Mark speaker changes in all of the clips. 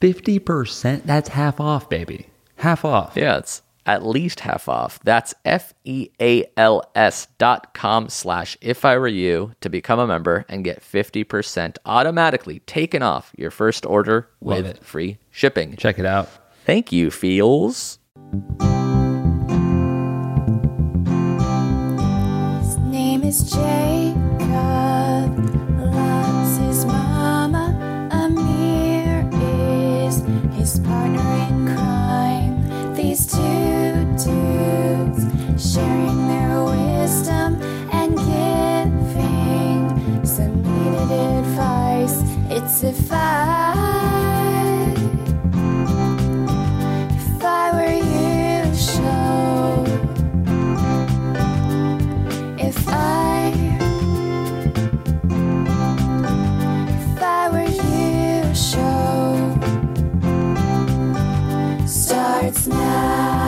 Speaker 1: 50%, that's half off, baby. Half off.
Speaker 2: Yeah, it's at least half off. That's F E A L S dot com slash if I were you to become a member and get 50% automatically taken off your first order
Speaker 1: Love
Speaker 2: with
Speaker 1: it.
Speaker 2: free shipping.
Speaker 1: Check it out.
Speaker 2: Thank you, Feels.
Speaker 3: His name is Jacob. Loves his mama. Amir is his partner in crime. These two dudes sharing their wisdom and giving some needed advice. It's if I, if I were you, show. If I, if I were you, show starts now.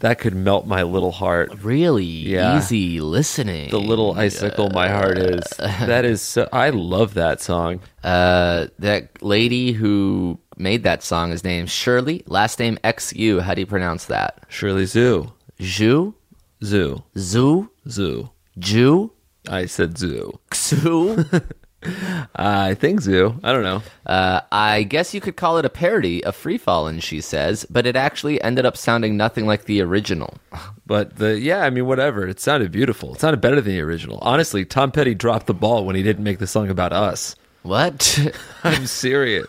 Speaker 1: That could melt my little heart.
Speaker 2: Really
Speaker 1: Yeah.
Speaker 2: easy listening.
Speaker 1: The little icicle my heart is. That is so, I love that song.
Speaker 2: Uh, that lady who made that song is named Shirley, last name X U. How do you pronounce that?
Speaker 1: Shirley Zoo.
Speaker 2: Zhu?
Speaker 1: Zoo.
Speaker 2: Zhu?
Speaker 1: Zoo.
Speaker 2: Jew?
Speaker 1: I said zoo.
Speaker 2: Xu?
Speaker 1: I think zoo. I don't know.
Speaker 2: Uh, I guess you could call it a parody of Free Fallin', she says, but it actually ended up sounding nothing like the original.
Speaker 1: But the yeah, I mean whatever. It sounded beautiful. It sounded better than the original. Honestly, Tom Petty dropped the ball when he didn't make the song about us.
Speaker 2: What?
Speaker 1: I'm serious.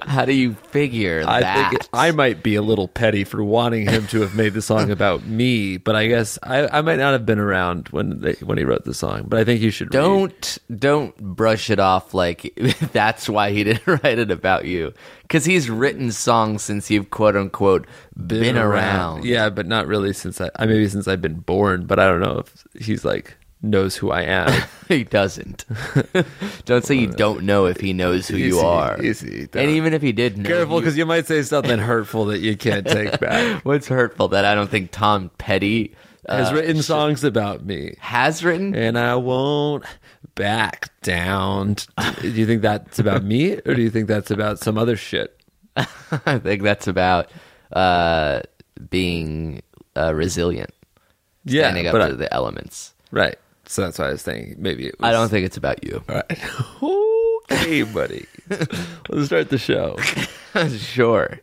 Speaker 2: How do you figure
Speaker 1: I
Speaker 2: that?
Speaker 1: think I might be a little petty for wanting him to have made the song about me, but I guess I, I might not have been around when they, when he wrote the song. But I think you should read-
Speaker 2: don't don't brush it off like that's why he didn't write it about you because he's written songs since you've quote unquote been, around.
Speaker 1: Yeah, but not really since I, I maybe since I've been born. But I don't know if he's like knows who I am.
Speaker 2: he doesn't. don't say you don't know if he knows who you
Speaker 1: Easy,
Speaker 2: are.
Speaker 1: easy, don't.
Speaker 2: and even if he did know,
Speaker 1: Careful,
Speaker 2: you-
Speaker 1: because you might say something hurtful that you can't take back.
Speaker 2: what's hurtful that I don't think Tom Petty uh,
Speaker 1: Has written songs about me.
Speaker 2: has written.
Speaker 1: and I won't back down. Do you think that's about me, or do you think that's about some other shit?
Speaker 2: I think that's about uh, being uh, resilient,
Speaker 1: Yeah,
Speaker 2: standing up
Speaker 1: but I-
Speaker 2: to the elements.
Speaker 1: right. So that's why I was thinking maybe it was.
Speaker 2: I don't think it's about you.
Speaker 1: All right. okay, buddy. Let's start the show.
Speaker 2: sure,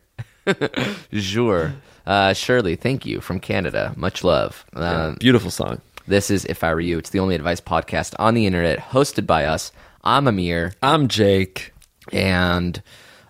Speaker 2: sure. Uh, Shirley, thank you from Canada. Much love. Um,
Speaker 1: Beautiful song.
Speaker 2: This is If I Were You. It's the only advice podcast on the internet hosted by us. I'm Amir,
Speaker 1: I'm Jake.
Speaker 2: and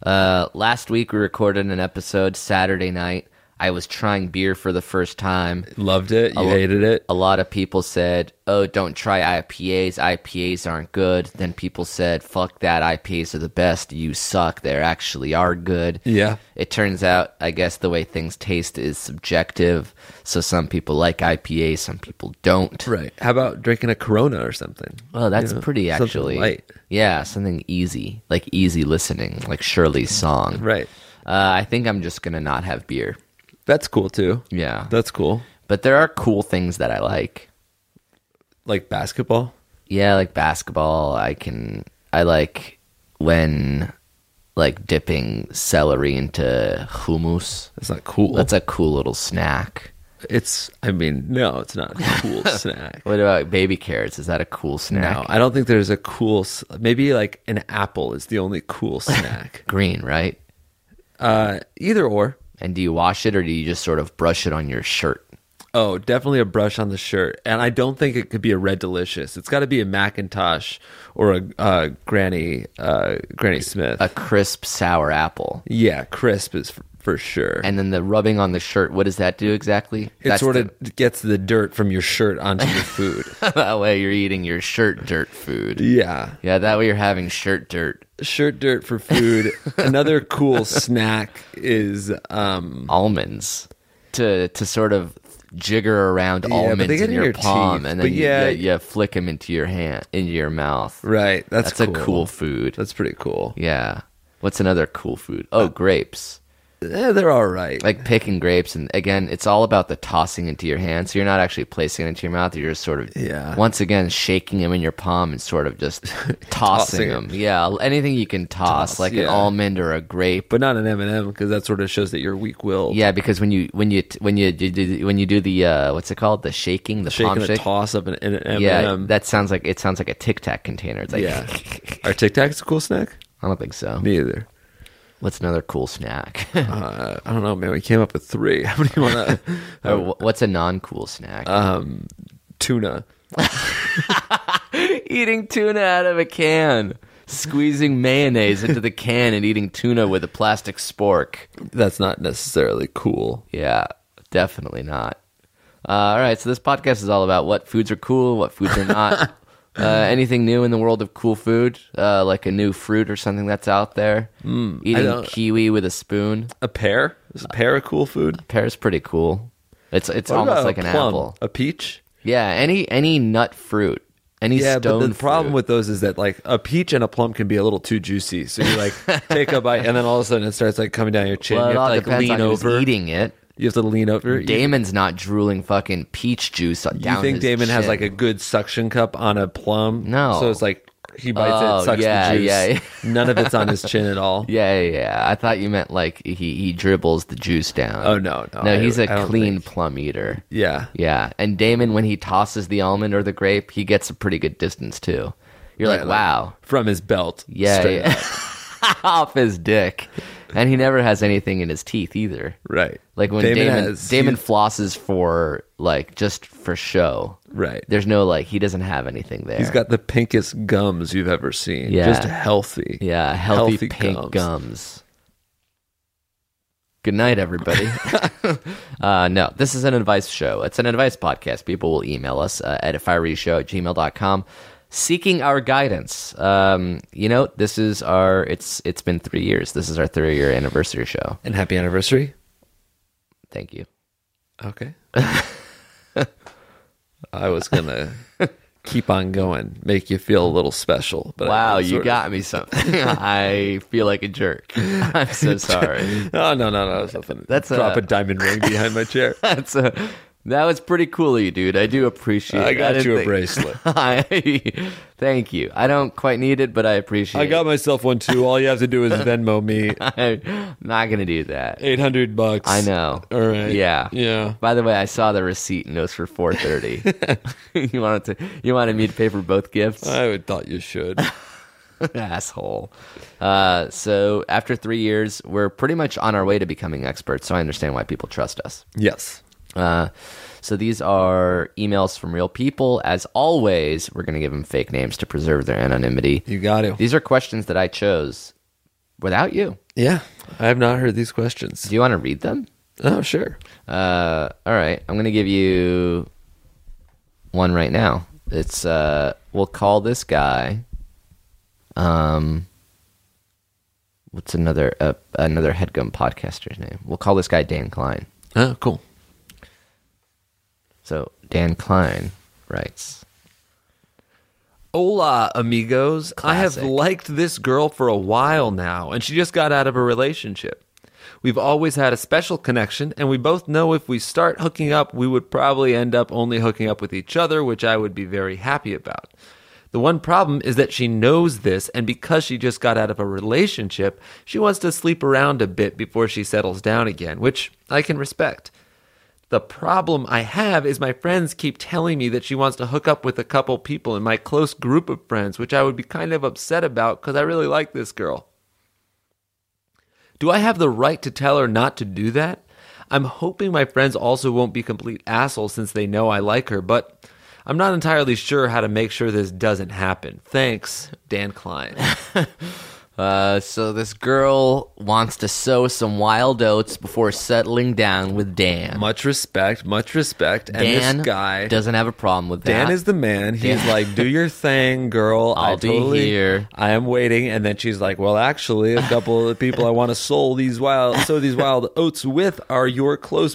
Speaker 2: uh, last week we recorded an episode Saturday night. I was trying beer for the first time.
Speaker 1: Loved it. You
Speaker 2: lo-
Speaker 1: hated it.
Speaker 2: a lot of people said, "Oh, don't try IPAs. IPAs aren't good." Then people said, "Fuck that. IPAs are the best. You suck. They actually are good."
Speaker 1: Yeah.
Speaker 2: It turns out, I guess the way things taste is subjective. So some people like IPAs, some people don't.
Speaker 1: Right. How about drinking a Corona or something?
Speaker 2: Oh, that's
Speaker 1: You know,
Speaker 2: pretty
Speaker 1: something
Speaker 2: actually.
Speaker 1: light.
Speaker 2: Yeah, something easy, like easy listening, like Shirley's song.
Speaker 1: Right.
Speaker 2: Uh, I think I'm just gonna not have beer.
Speaker 1: That's cool too.
Speaker 2: Yeah.
Speaker 1: That's cool.
Speaker 2: but there are cool things that I like.
Speaker 1: Like basketball.
Speaker 2: Yeah, like basketball. I can. I like when like dipping celery into hummus.
Speaker 4: That's not cool.
Speaker 2: That's a cool little snack.
Speaker 4: it's. I mean, no, it's not a cool snack.
Speaker 2: What about baby carrots? Is that a cool snack?
Speaker 4: No, I don't think there's a cool. s- Maybe like an apple is the only cool snack.
Speaker 2: Green, right?
Speaker 4: uh, either or.
Speaker 2: And do you wash it or do you just sort of brush it on your shirt?
Speaker 4: Oh, definitely a brush on the shirt, and I don't think it could be a Red Delicious. It's got to be a Macintosh or a uh, Granny uh, Granny Smith.
Speaker 2: A crisp sour apple.
Speaker 4: yeah, crisp is for, for sure.
Speaker 2: And then the rubbing on the shirt, what does that do exactly?
Speaker 4: it
Speaker 2: That's
Speaker 4: sort
Speaker 2: the-
Speaker 4: of gets the dirt from your shirt onto your food.
Speaker 2: that way you're eating your shirt dirt food.
Speaker 4: yeah,
Speaker 2: Yeah, that way you're having shirt dirt.
Speaker 4: shirt dirt for food. Another cool snack is um,
Speaker 2: Almonds to to sort of jigger around
Speaker 4: but they
Speaker 2: almonds
Speaker 4: get
Speaker 2: in
Speaker 4: in
Speaker 2: your,
Speaker 4: your
Speaker 2: palm,
Speaker 4: teeth,
Speaker 2: and
Speaker 4: but
Speaker 2: then you,
Speaker 4: yeah.
Speaker 2: yeah, you flick them into your hand, into your mouth.
Speaker 4: right. That's
Speaker 2: That's, a cool food.
Speaker 4: That's pretty cool.
Speaker 2: yeah. What's another cool food? Oh, grapes.
Speaker 4: Eh, they're all right.
Speaker 2: Like picking grapes, and again, it's all about the tossing into your hand. So you're not actually placing it into your mouth. You're just sort of,
Speaker 4: Yeah.
Speaker 2: once again, shaking them in your palm and sort of just tossing,
Speaker 4: Tossing it.
Speaker 2: them. Yeah, anything you can toss,
Speaker 4: Toss,
Speaker 2: like an
Speaker 4: yeah.
Speaker 2: almond or a grape.
Speaker 4: but not an M and m because that sort of shows that you're weak-willed.
Speaker 2: Yeah, because when you when you when you, you do, when you do the uh, what's it called the shaking the
Speaker 4: shaking
Speaker 2: palm
Speaker 4: the
Speaker 2: shake
Speaker 4: toss of an M and m
Speaker 2: yeah that sounds like it sounds like a Tic Tac container. It's like
Speaker 4: yeah. Are Tic Tacs a cool snack?
Speaker 2: I don't think so.
Speaker 4: Neither.
Speaker 2: What's another cool snack?
Speaker 4: Uh, I don't know, man. We came up with three. How many want to?
Speaker 2: or wh- what's a non cool snack?
Speaker 4: Uh. Tuna.
Speaker 2: eating tuna out of a can, squeezing mayonnaise into the can, and eating tuna with a plastic spork.
Speaker 4: That's not necessarily cool.
Speaker 2: Yeah, definitely not. Uh, all right, so this podcast is all about what foods are cool, what foods are not. uh, anything new in the world of cool food, uh, like a new fruit or something that's out there. Mm, Eating
Speaker 4: Hmm, don't-
Speaker 2: kiwi with a spoon.
Speaker 4: A pear is a pear a cool food?
Speaker 2: Pear's pretty cool. It's it's
Speaker 4: What
Speaker 2: almost
Speaker 4: about
Speaker 2: like
Speaker 4: a
Speaker 2: an
Speaker 4: plum?
Speaker 2: apple.
Speaker 4: A peach.
Speaker 2: Yeah, any any nut fruit, any
Speaker 4: Yeah,
Speaker 2: stone.
Speaker 4: but the problem
Speaker 2: fruit.
Speaker 4: with those is that like a peach and a plum can be a little too juicy. So you like take a bite and then all of a sudden it starts like coming down your chin.
Speaker 2: well, it
Speaker 4: you
Speaker 2: all
Speaker 4: have to like
Speaker 2: depends
Speaker 4: lean
Speaker 2: on who's
Speaker 4: over.
Speaker 2: eating it.
Speaker 4: You have to lean over. You-
Speaker 2: Damon's not drooling fucking peach juice on-
Speaker 4: You
Speaker 2: down.
Speaker 4: think
Speaker 2: his
Speaker 4: Damon has
Speaker 2: chin.
Speaker 4: like a good suction cup on a plum?
Speaker 2: No.
Speaker 4: So it's like he bites
Speaker 2: Oh,
Speaker 4: it, sucks
Speaker 2: yeah,
Speaker 4: the juice.
Speaker 2: yeah.
Speaker 4: None of it's on his chin at all.
Speaker 2: Yeah, yeah, yeah. I thought you meant like he, he dribbles the juice down.
Speaker 4: Oh, no, no,
Speaker 2: no,
Speaker 4: I-
Speaker 2: he's
Speaker 4: I
Speaker 2: a
Speaker 4: don't
Speaker 2: clean plum eater.
Speaker 4: Yeah.
Speaker 2: Yeah, and Damon, when he tosses the almond or the grape, he gets a pretty good distance too. You're like,
Speaker 4: Right,
Speaker 2: wow,
Speaker 4: From his belt.
Speaker 2: yeah,
Speaker 4: Straight up.
Speaker 2: yeah. off his dick, and he never has anything in his teeth either.
Speaker 4: Right.
Speaker 2: Like when Damon Damon,
Speaker 4: has-
Speaker 2: flosses for like just for show.
Speaker 4: Right.
Speaker 2: There's no like he doesn't have anything there.
Speaker 4: He's got the pinkest gums you've ever seen.
Speaker 2: Yeah.
Speaker 4: Just healthy.
Speaker 2: yeah healthy,
Speaker 4: healthy
Speaker 2: pink
Speaker 4: gums.
Speaker 2: gums. Good night, everybody. uh, no, this is an advice show. It's an advice podcast. People will email us uh, at ifiryshow at gmail.com seeking our guidance. Um, you know, this is our, it's it's been three years. This is our three year anniversary show.
Speaker 4: And happy anniversary.
Speaker 2: Thank you.
Speaker 4: Okay. I was going to keep on going, make you feel a little special. But I
Speaker 2: Wow, you
Speaker 4: Uh, sort of-
Speaker 2: got me something. I feel like a jerk. I'm so sorry.
Speaker 4: Oh, no, no, no. That's nothing.
Speaker 2: That's
Speaker 4: Drop
Speaker 2: a-
Speaker 4: a, diamond ring behind my chair.
Speaker 2: That's a, that was pretty cool of you, dude. I do appreciate. it.
Speaker 4: I got
Speaker 2: didn't
Speaker 4: you a
Speaker 2: think-
Speaker 4: bracelet.
Speaker 2: I, thank you. I don't quite need it, but I appreciate.
Speaker 4: I got
Speaker 2: it.
Speaker 4: myself one too. All you have to do is Venmo me
Speaker 2: I'm not gonna do that.
Speaker 4: eight hundred bucks.
Speaker 2: I know.
Speaker 4: All right.
Speaker 2: Yeah.
Speaker 4: Yeah.
Speaker 2: By the way, I saw the receipt and it was for four thirty. you wanted to. You wanted me to pay for both gifts.
Speaker 4: I would thought you should.
Speaker 2: asshole. Uh, so after three years, we're pretty much on our way to becoming experts. So I understand why people trust us.
Speaker 4: yes.
Speaker 2: Uh, so these are emails from real people. As always, we're going to give them fake names to preserve their anonymity.
Speaker 4: You got to.
Speaker 2: These are questions that I chose without you.
Speaker 4: Yeah. I have not heard these questions.
Speaker 2: Do you want to read them?
Speaker 4: Oh, sure.
Speaker 2: Uh, all right, I'm going to give you one right now. It's uh, we'll call this guy. Um, what's another uh, another headgum podcaster's name? We'll call this guy Dan Klein.
Speaker 4: Oh, cool.
Speaker 2: So Dan Klein writes.
Speaker 4: Hola, amigos. I have
Speaker 2: Classic.
Speaker 4: liked this girl for a while now, and she just got out of a relationship. We've always had a special connection, and we both know if we start hooking up, we would probably end up only hooking up with each other, which I would be very happy about. The one problem is that she knows this, and because she just got out of a relationship, she wants to sleep around a bit before she settles down again, which I can respect. The problem I have is my friends keep telling me that she wants to hook up with a couple people in my close group of friends, which I would be kind of upset about because I really like this girl. Do I have the right to tell her not to do that? I'm hoping my friends also won't be complete assholes since they know I like her, but I'm not entirely sure how to make sure this doesn't happen. Thanks, Dan Klein.
Speaker 2: Uh, so this girl wants to sow some wild oats before settling down with Dan.
Speaker 4: much respect, much respect. And
Speaker 2: Dan
Speaker 4: this guy,
Speaker 2: doesn't have a problem with that.
Speaker 4: Dan is the man. He's
Speaker 2: Dan-
Speaker 4: like, "Do your thing, girl. I
Speaker 2: I'll be
Speaker 4: totally-
Speaker 2: here."
Speaker 4: I am waiting." And then she's like, "Well, actually, a couple of the people I want to sow these wild sow these wild oats with are your close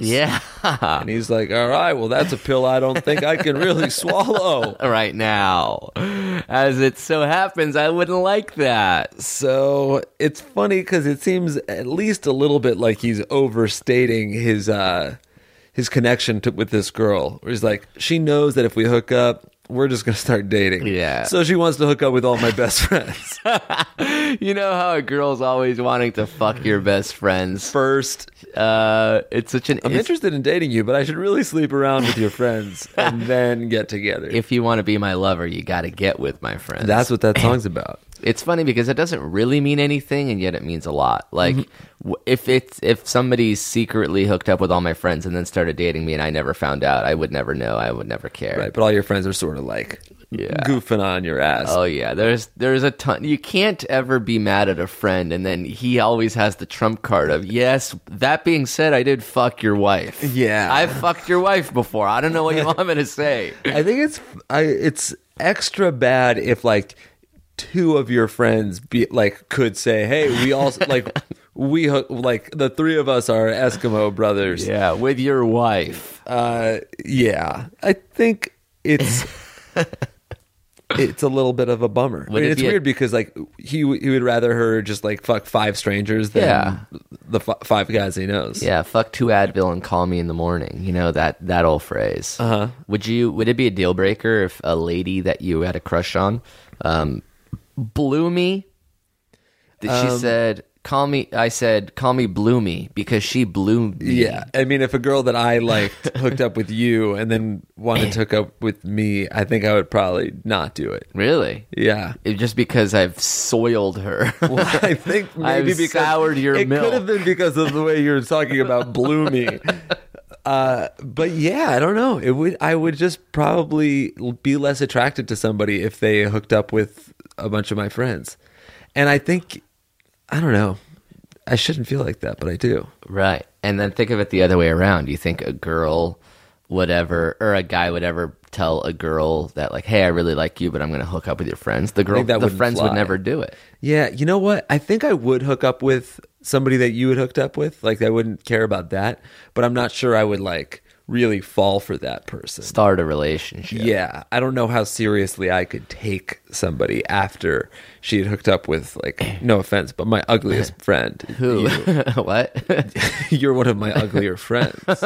Speaker 2: yeah
Speaker 4: And he's like, "All right, well, that's a pill I don't think I can really swallow."
Speaker 2: right now. As it so happens, I wouldn't like that.
Speaker 4: So it's funny because it seems at least a little bit like he's overstating his uh, his connection to, with this girl. Where he's like, she knows that if we hook up, we're just gonna start dating.
Speaker 2: Yeah.
Speaker 4: So she wants to hook up with all my best friends
Speaker 2: You know how a girl's always wanting to fuck your best friends.
Speaker 4: first.
Speaker 2: Uh, it's such an
Speaker 4: I'm
Speaker 2: it's-
Speaker 4: interested in dating you, but I should really sleep around with your friends and then get together.
Speaker 2: if you want to be my lover, you got to get with my friends.
Speaker 4: That's what that song's about.
Speaker 2: it's funny because it doesn't really mean anything and yet it means a lot like
Speaker 4: Mm-hmm.
Speaker 2: w if it's if somebody secretly hooked up with all my friends and then started dating me and i never found out i would never know i would never care
Speaker 4: Right, but all your friends are sort of like
Speaker 2: Yeah.
Speaker 4: goofing on your ass.
Speaker 2: oh yeah there's there's a ton you can't ever be mad at a friend and then he always has the trump card of yes that being said i did fuck your wife
Speaker 4: Yeah.
Speaker 2: i've fucked your wife before i don't know what you want me to say
Speaker 4: I think it's I, it's extra bad if like two of your friends be like could say, "Hey, we all like we ho- like the three of us are Eskimo brothers."
Speaker 2: yeah with your wife
Speaker 4: Uh, yeah. I think it's it's a little bit of a bummer. I
Speaker 2: Would
Speaker 4: mean,
Speaker 2: it
Speaker 4: it's
Speaker 2: be a-
Speaker 4: weird because like he w- he would rather her just like fuck five strangers than
Speaker 2: Yeah.
Speaker 4: the f- five guys he knows.
Speaker 2: Yeah, fuck two Advil and call me in the morning. You know that that old phrase. Uh-huh. Would you? Would it be a deal breaker if a lady that you had a crush on, um, blew me? That
Speaker 4: Um,
Speaker 2: she said, "Call me." I said, "Call me blew me," because she blew me.
Speaker 4: Yeah, I mean, if a girl that I liked hooked up with you and then wanted to hook up with me, I think I would probably not do it.
Speaker 2: really.
Speaker 4: Yeah,
Speaker 2: It- just because I've soiled her.
Speaker 4: well, I think
Speaker 2: I've
Speaker 4: maybe because
Speaker 2: soured your
Speaker 4: it
Speaker 2: milk.
Speaker 4: could have been because of the way you were talking about bloomy. Uh, but yeah, I don't know. It would I would just probably be less attracted to somebody if they hooked up with a bunch of my friends, and I think I don't know. I shouldn't feel like that, but I do.
Speaker 2: Right. And then think of it the other way around. You think a girl would ever, or a guy would ever tell a girl that, like, hey, I really like you, but I'm going to hook up with your friends. The girl,
Speaker 4: think that
Speaker 2: the
Speaker 4: wouldn't
Speaker 2: friends would
Speaker 4: fly.
Speaker 2: never do it.
Speaker 4: Yeah, you know what? I think I would hook up with somebody that you had hooked up with. Like I wouldn't care about that, but I'm not sure I would like really fall for that person.
Speaker 2: Start a relationship.
Speaker 4: Yeah. I don't know how seriously I could take somebody after she had hooked up with like no offense, but my ugliest friend.
Speaker 2: Who?
Speaker 4: You.
Speaker 2: what?
Speaker 4: You're one of my uglier friends.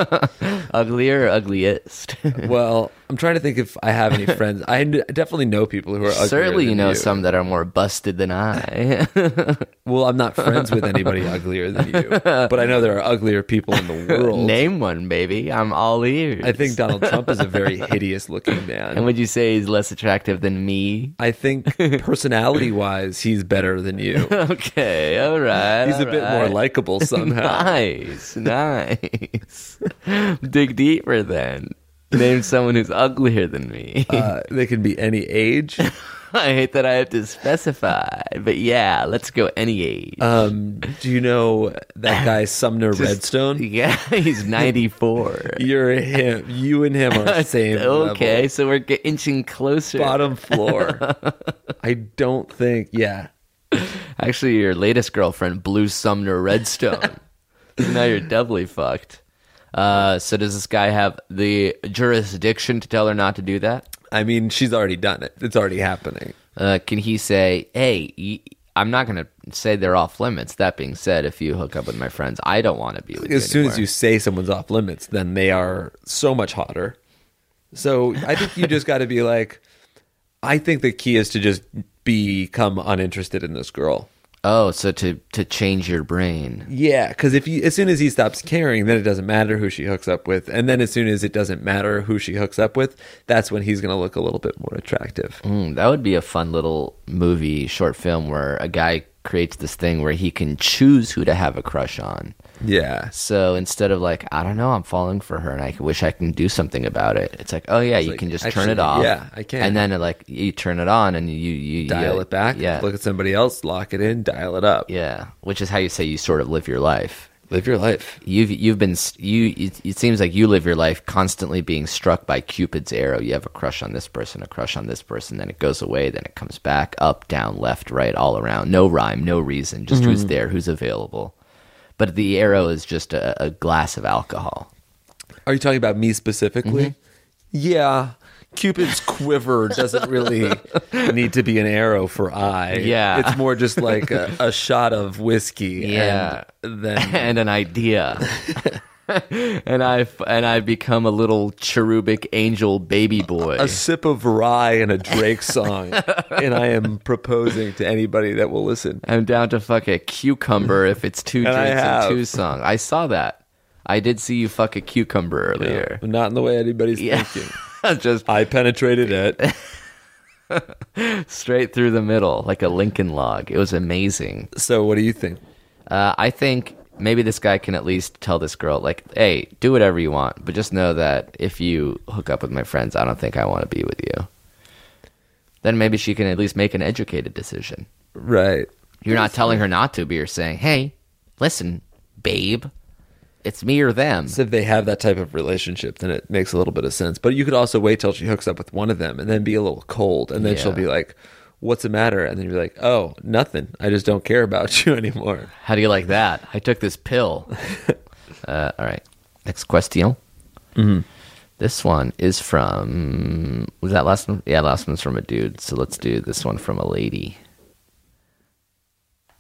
Speaker 2: Uglier or ugliest?
Speaker 4: Well, I'm trying to think if I have any friends. I n- definitely know people who are uglier
Speaker 2: Certainly, you
Speaker 4: than
Speaker 2: know some that are more busted than I.
Speaker 4: Well, I'm not friends with anybody uglier than you, but I know there are uglier people in the world.
Speaker 2: Name one, baby. I'm all ears.
Speaker 4: I think Donald Trump is a very hideous looking man.
Speaker 2: And would you say he's less attractive than me?
Speaker 4: I think personality wise, he's better than you.
Speaker 2: Okay, all right.
Speaker 4: He's a
Speaker 2: all
Speaker 4: bit more
Speaker 2: right.
Speaker 4: likable somehow.
Speaker 2: Nice, nice. Dig deeper then. Name someone who's uglier than me.
Speaker 4: Uh, they can be any age.
Speaker 2: I hate that I have to specify, but yeah, let's go any age.
Speaker 4: Um, do you know that guy Sumner Redstone?
Speaker 2: yeah, he's 94.
Speaker 4: You're him. You and him are same.
Speaker 2: okay,
Speaker 4: level.
Speaker 2: so we're get- inching closer.
Speaker 4: Bottom floor. I don't think. Yeah.
Speaker 2: Actually, your latest girlfriend blew Sumner Redstone. so now you're doubly fucked. Uh, so does this guy have the jurisdiction to tell her not to do that?
Speaker 4: I mean, she's already done it. It's already happening.
Speaker 2: uh, can he say, "Hey, y- I'm not going to say they're off limits." That being said, if you hook up with my friends, I don't want to be with you.
Speaker 4: as soon as
Speaker 2: anymore."
Speaker 4: you say someone's off limits, then they are so much hotter. So I think you just got to be like, I think the key is to just become uninterested in this girl.
Speaker 2: Oh, so to to change your brain.
Speaker 4: Yeah, because if you, as soon as he stops caring, then it doesn't matter who she hooks up with, and then as soon as it doesn't matter who she hooks up with, that's when he's gonna look a little bit more attractive.
Speaker 2: Mm, that would be a fun little movie, short film where a guy creates this thing where he can choose who to have a crush on.
Speaker 4: Yeah,
Speaker 2: So instead of like, I don't know, I'm falling for her, and I wish I can do something about it. It's like, oh yeah, you
Speaker 4: like,
Speaker 2: can just turn
Speaker 4: actually,
Speaker 2: it off.
Speaker 4: yeah, I can.
Speaker 2: And then it, like you turn it on, and you you
Speaker 4: dial
Speaker 2: yeah,
Speaker 4: it back.
Speaker 2: Yeah,
Speaker 4: look at somebody else, lock it in, dial it up.
Speaker 2: yeah. Which is how you say you sort of live your life.
Speaker 4: Live your life.
Speaker 2: You've you've been s- you. It, it seems like you live your life constantly being struck by Cupid's arrow. You have a crush on this person, a crush on this person, then it goes away, then it comes back, up, down, left, right, all around. No rhyme, no reason. Just who's there, who's available. But the arrow is just a, a glass of alcohol.
Speaker 4: Are you talking about me specifically?
Speaker 2: Mm-hmm.
Speaker 4: Yeah. Cupid's quiver doesn't really need to be an arrow for I.
Speaker 2: Yeah.
Speaker 4: It's more just like a, a shot of whiskey.
Speaker 2: Yeah.
Speaker 4: And then
Speaker 2: and an idea. and I and I become a little cherubic angel baby boy.
Speaker 4: a sip of rye and a Drake song. and I am proposing to anybody that will listen.
Speaker 2: I'm down to fuck a cucumber if it's two
Speaker 4: I
Speaker 2: drinks and
Speaker 4: have.
Speaker 2: two song. I saw that. I did see you fuck a cucumber earlier.
Speaker 4: But not in the way anybody's
Speaker 2: Yeah.
Speaker 4: thinking.
Speaker 2: Just
Speaker 4: I penetrated it.
Speaker 2: straight through the middle, like a Lincoln log. It was amazing.
Speaker 4: So what do you think?
Speaker 2: Uh, I think maybe this guy can at least tell this girl, like, hey, do whatever you want, but just know that if you hook up with my friends, I don't think I want to be with you. Then maybe she can at least make an educated decision.
Speaker 4: Right.
Speaker 2: You're not telling her not to, but you're saying, hey, listen, babe, it's me or them.
Speaker 4: So if they have that type of relationship, then it makes a little bit of sense. But you could also wait till she hooks up with one of them and then be a little cold. And then she'll
Speaker 2: Yeah.
Speaker 4: be like, What's the matter? And then you're like, Oh, nothing. I just don't care about you anymore.
Speaker 2: How do you like that? I took this pill. uh, all right. Next question. This one is from. Was that last one? Yeah, last one's from a dude. So let's do this one from a lady.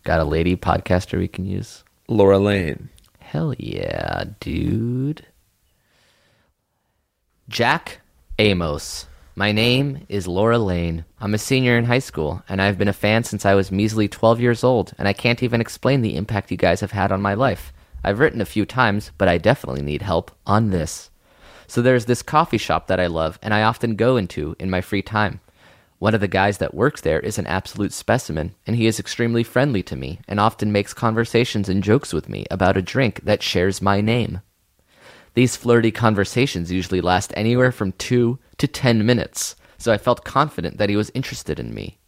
Speaker 2: Got a lady podcaster we can use?
Speaker 4: Laura Lane.
Speaker 2: Hell yeah, dude. Jack Amos. My name is Laura Lane. I'm a senior in high school, and I've been a fan since I was measly 12 years old, and I can't even explain the impact you guys have had on my life. I've written a few times, but I definitely need help on this. So there's this coffee shop that I love, and I often go into in my free time. One of the guys that works there is an absolute specimen, and he is extremely friendly to me and often makes conversations and jokes with me about a drink that shares my name. These flirty conversations usually last anywhere from two to ten minutes, so I felt confident that he was interested in me.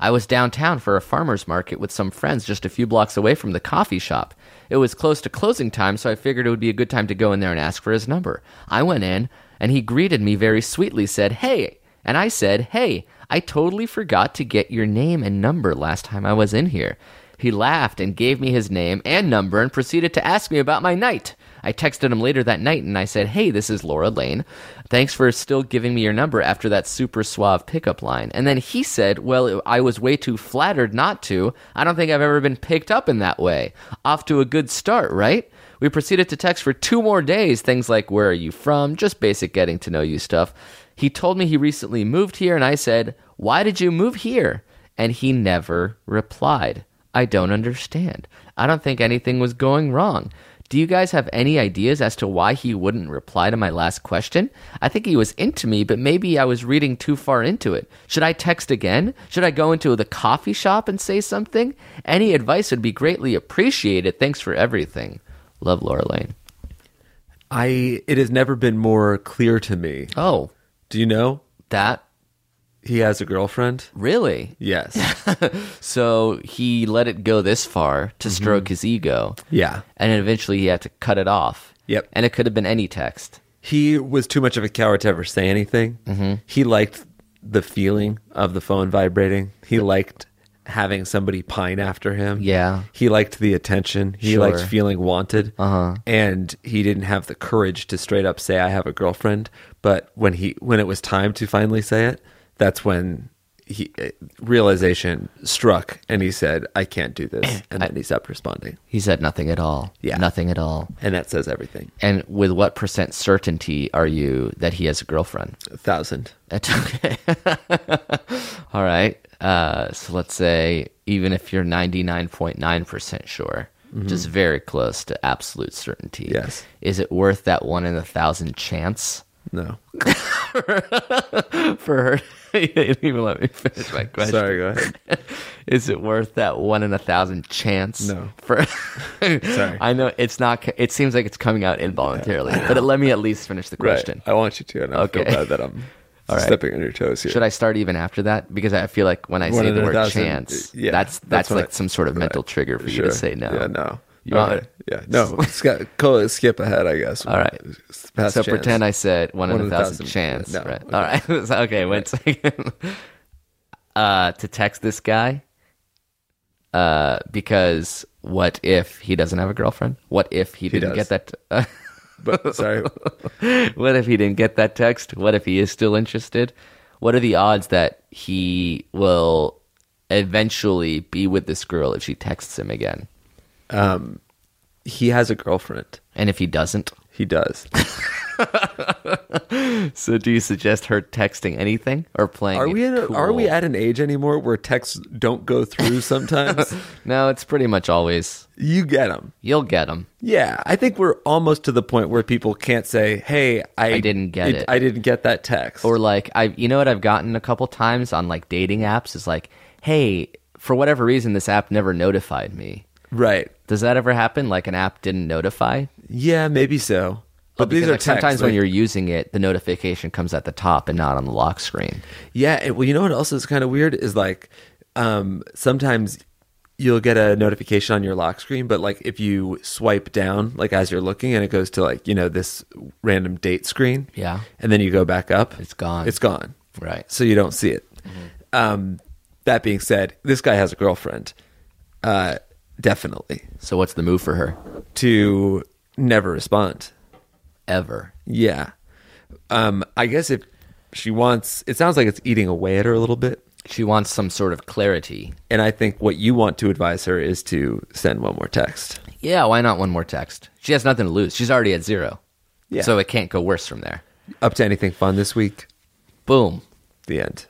Speaker 2: I was downtown for a farmer's market with some friends just a few blocks away from the coffee shop. It was close to closing time, so I figured it would be a good time to go in there and ask for his number. I went in, and he greeted me very sweetly, said, Hey, and I said, Hey, I totally forgot to get your name and number last time I was in here. He laughed and gave me his name and number and proceeded to ask me about my night. I texted him later that night and I said, Hey, this is Laura Lane. Thanks for still giving me your number after that super suave pickup line. And then he said, Well, I was way too flattered not to. I don't think I've ever been picked up in that way. Off to a good start, right? We proceeded to text for two more days, things like, Where are you from? Just basic getting to know you stuff. He told me he recently moved here, and I said, Why did you move here? and he never replied. I don't understand. I don't think anything was going wrong. Do you guys have any ideas as to why he wouldn't reply to my last question? I think he was into me, but maybe I was reading too far into it. Should I text again? Should I go into the coffee shop and say something? Any advice would be greatly appreciated. Thanks for everything. Love Laura Lane.
Speaker 4: I it has never been more clear to me.
Speaker 2: Oh,
Speaker 4: Do you know?
Speaker 2: that
Speaker 4: He has a girlfriend?
Speaker 2: really?
Speaker 4: Yes.
Speaker 2: So he let it go this far to stroke his ego.
Speaker 4: yeah.
Speaker 2: and then eventually he had to cut it off.
Speaker 4: Yep.
Speaker 2: And it could have been any text.
Speaker 4: He was too much of a coward to ever say anything.
Speaker 2: Mm-hmm.
Speaker 4: He liked the feeling of the phone vibrating. He liked having somebody pine after him.
Speaker 2: Yeah.
Speaker 4: He liked the attention. He
Speaker 2: Sure.
Speaker 4: liked feeling wanted. Uh-huh. And he didn't have the courage to straight up say I have a girlfriend, but when he when it was time to finally say it, that's when he uh, realization struck, and he said, "I can't do this," and then he stopped responding,
Speaker 2: He said nothing at all.
Speaker 4: Yeah.
Speaker 2: Nothing at all.
Speaker 4: and that says everything.
Speaker 2: And with what percent certainty are you that he has a girlfriend?
Speaker 4: A thousand.
Speaker 2: That's okay. all right. Uh, so let's say even if you're 99.9% sure, just very close to absolute certainty.
Speaker 4: Mm-hmm. Yes.
Speaker 2: Is it worth that one in a thousand chance
Speaker 4: No,
Speaker 2: for her? you didn't even let me finish my question.
Speaker 4: sorry. Go ahead.
Speaker 2: Is it worth that one in a thousand chance?
Speaker 4: No.
Speaker 2: For
Speaker 4: Sorry.
Speaker 2: I know it's not. It seems like it's coming out involuntarily, but let me at least finish the question.
Speaker 4: Right. Uh, I want you to, and I
Speaker 2: Okay.
Speaker 4: feel bad that I'm
Speaker 2: All right.
Speaker 4: stepping on your toes here.
Speaker 2: Should I start even after that? Because I feel like when I
Speaker 4: One
Speaker 2: say
Speaker 4: in
Speaker 2: the
Speaker 4: a
Speaker 2: word
Speaker 4: thousand,
Speaker 2: chance,
Speaker 4: yeah,
Speaker 2: that's that's,
Speaker 4: what
Speaker 2: like
Speaker 4: I-
Speaker 2: some sort of
Speaker 4: right.
Speaker 2: mental trigger for you
Speaker 4: Sure.
Speaker 2: to say no.
Speaker 4: Yeah, no.
Speaker 2: You want
Speaker 4: Okay.
Speaker 2: it?
Speaker 4: yeah, no. Skip, call it skip ahead, I guess.
Speaker 2: All right.
Speaker 4: It's past
Speaker 2: so
Speaker 4: chance.
Speaker 2: pretend I said one, in a thousand, chance.
Speaker 4: No.
Speaker 2: Right. All right. So, okay. Wait a second. Uh, to text this guy. Uh, because what if he doesn't have a girlfriend? What if he, didn't
Speaker 4: does.
Speaker 2: get that? Uh,
Speaker 4: But sorry.
Speaker 2: what if he didn't get that text? What if he is still interested? What are the odds that he will eventually be with this girl if she texts him again?
Speaker 4: He has a girlfriend.
Speaker 2: And if he doesn't,
Speaker 4: He does.
Speaker 2: so do you suggest her texting anything or playing?
Speaker 4: Are
Speaker 2: it
Speaker 4: we at a,
Speaker 2: cool?
Speaker 4: are we at an age anymore where texts don't go through sometimes?
Speaker 2: No, it's pretty much always.
Speaker 4: you get them.
Speaker 2: You'll get them.
Speaker 4: Yeah, I think we're almost to the point where people can't say, "Hey, I,
Speaker 2: I didn't get it.
Speaker 4: I didn't get that text."
Speaker 2: Or like I, you know what I've gotten a couple times on like dating apps is like, hey, for whatever reason, this app never notified me.
Speaker 4: right.
Speaker 2: Does that ever happen? Like an app didn't notify?
Speaker 4: Yeah, maybe so. But
Speaker 2: Oh, Because,
Speaker 4: these are
Speaker 2: like, sometimes
Speaker 4: texts,
Speaker 2: when
Speaker 4: like-
Speaker 2: you're using it, the notification comes at the top and not on the lock screen.
Speaker 4: Yeah, and, well, you know what else is kind of weird is like um, sometimes you'll get a notification on your lock screen, but like if you swipe down, like as you're looking, and it goes to like you know this random date screen,
Speaker 2: Yeah.
Speaker 4: and then you go back up,
Speaker 2: It's gone. Mm-hmm.
Speaker 4: it's gone,
Speaker 2: Right.
Speaker 4: So you don't see it. Um, that being said, this guy has a girlfriend, uh, definitely
Speaker 2: So what's the move for her?
Speaker 4: to never respond.
Speaker 2: Ever.
Speaker 4: Yeah, um, I guess if she wants, it sounds like it's eating away at her a little bit.
Speaker 2: She wants some sort of clarity.
Speaker 4: And I think what you want to advise her is to send one more text.
Speaker 2: Yeah, why not one more text? She has nothing to lose. She's already at zero.
Speaker 4: Yeah.
Speaker 2: So it can't go worse from there.
Speaker 4: Up to anything fun this week?
Speaker 2: Boom.
Speaker 4: The end.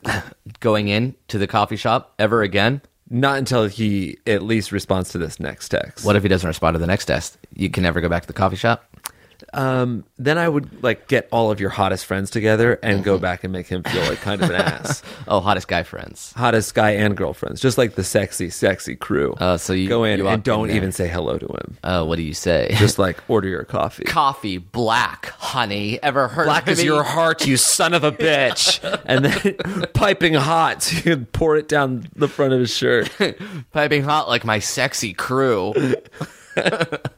Speaker 2: Going in to the coffee shop ever again.
Speaker 4: Not until he at least responds to this next text.
Speaker 2: What if he doesn't respond to the next test? You can never go back to the coffee shop.
Speaker 4: Then I would like get all of your hottest friends together and go back and make him feel like kind of an ass.
Speaker 2: Oh, hottest guy friends.
Speaker 4: Hottest guy and girlfriends, just like the sexy, sexy crew.
Speaker 2: Uh, so you-
Speaker 4: go in
Speaker 2: you
Speaker 4: and
Speaker 2: opt in
Speaker 4: don't
Speaker 2: there.
Speaker 4: even say hello to him.
Speaker 2: Uh, what do you say?
Speaker 4: Just like order your coffee.
Speaker 2: coffee black, honey. Ever heard
Speaker 4: Black
Speaker 2: of
Speaker 4: is
Speaker 2: me?
Speaker 4: your heart, you son of a bitch. and then piping hot, so you can pour it down the front of his shirt.
Speaker 2: piping hot like my sexy crew.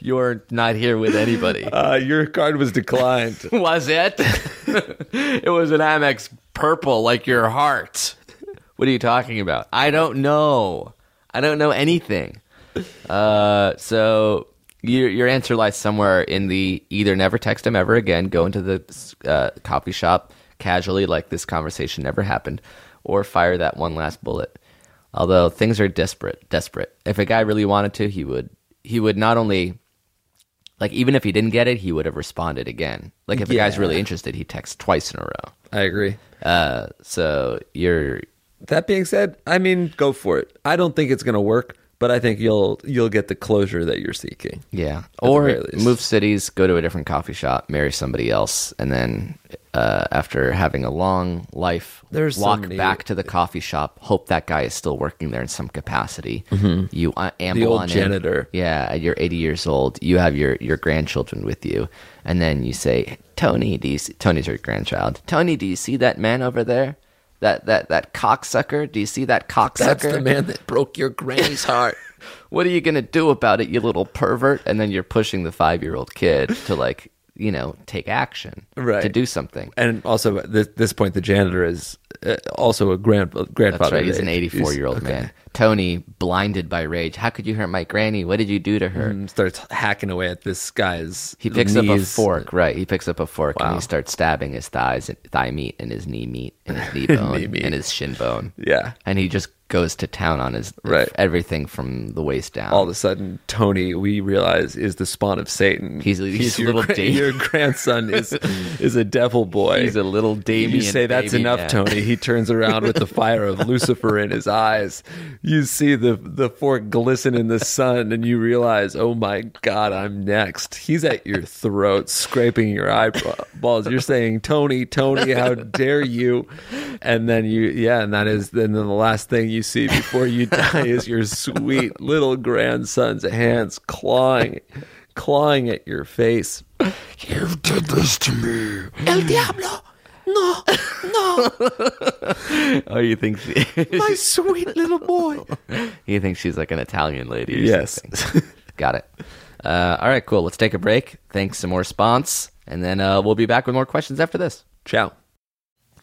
Speaker 2: You're not here with anybody.
Speaker 4: Uh, your card was declined.
Speaker 2: Was it? it was an Amex purple like your heart. What are you talking about? I don't know. I don't know anything. Uh, so your your answer lies somewhere in the either never text him ever again, go into the uh, coffee shop casually like this conversation never happened, or fire that one last bullet. Although things are desperate, desperate. If a guy really wanted to, he would he would not only like even if he didn't get it, he would have responded again. Like if the guy's
Speaker 4: Yeah.
Speaker 2: really interested, he texts twice in a row.
Speaker 4: I agree.
Speaker 2: Uh, so you're
Speaker 4: That being said, I mean, go for it. I don't think it's going to work, but I think you'll you'll get the closure that you're seeking.
Speaker 2: yeah,
Speaker 4: the very
Speaker 2: or
Speaker 4: least.
Speaker 2: move cities, go to a different coffee shop, marry somebody else, and then uh, after having a long life,
Speaker 4: There's so
Speaker 2: walk
Speaker 4: many-
Speaker 2: back to the coffee shop, hope that guy is still working there in some capacity. You uh, amble
Speaker 4: Mm-hmm. The old
Speaker 2: on in.
Speaker 4: janitor.
Speaker 2: Yeah, you're 80 years old. You have your your grandchildren with you, and then you say, "Tony, do you see, Tony's your grandchild? Tony, do you see that man over there? That that that cocksucker? Do you see that cocksucker?
Speaker 4: That's the man that broke your granny's heart.
Speaker 2: what are you gonna do about it, you little pervert? And then you're pushing the five year old kid to like, you know, take action,
Speaker 4: Right.
Speaker 2: To do something.
Speaker 4: And also, at thi- this point, the janitor is uh, also a grand grandfather.
Speaker 2: That's right. He's
Speaker 4: age.
Speaker 2: an 84 year old
Speaker 4: okay.
Speaker 2: man. Tony, blinded by rage. How could you hurt my granny? What did you do to her?
Speaker 4: And starts hacking away at this guy's.
Speaker 2: He picks up a
Speaker 4: Mm-hmm. knees.
Speaker 2: fork, right? He picks up a fork and
Speaker 4: Wow.
Speaker 2: he starts stabbing his thighs, and thigh meat, and his knee meat, and his knee bone,
Speaker 4: meat.
Speaker 2: and his shin bone.
Speaker 4: Yeah.
Speaker 2: And he just goes to town on his
Speaker 4: Right.
Speaker 2: everything from the waist down.
Speaker 4: All of a sudden, Tony, we realize, is the spawn of Satan.
Speaker 2: He's- he's a
Speaker 4: your,
Speaker 2: little
Speaker 4: gra-
Speaker 2: demon.
Speaker 4: Your grandson is is a devil boy.
Speaker 2: He's a little Damien.
Speaker 4: You say that's
Speaker 2: baby
Speaker 4: enough,
Speaker 2: now."
Speaker 4: Tony. He turns around with the fire of Lucifer in his eyes. You see the the fork glisten in the sun, and you realize, oh my God, I'm next. He's at your throat, scraping your eyeballs. You're saying, Tony, Tony, how dare you? And then you, yeah, and that is then the last thing you see before you die is your sweet little grandson's hands clawing, clawing at your face. You did this to me.
Speaker 3: El diablo. No, no,
Speaker 2: Oh, you think she,
Speaker 4: My sweet little boy.
Speaker 2: you think she's like an Italian lady? Or
Speaker 4: Yes.
Speaker 2: something. Got it. Uh, all right, cool. Let's take a break. Thanks some more spons, and then uh, we'll be back with more questions after this.
Speaker 4: Ciao.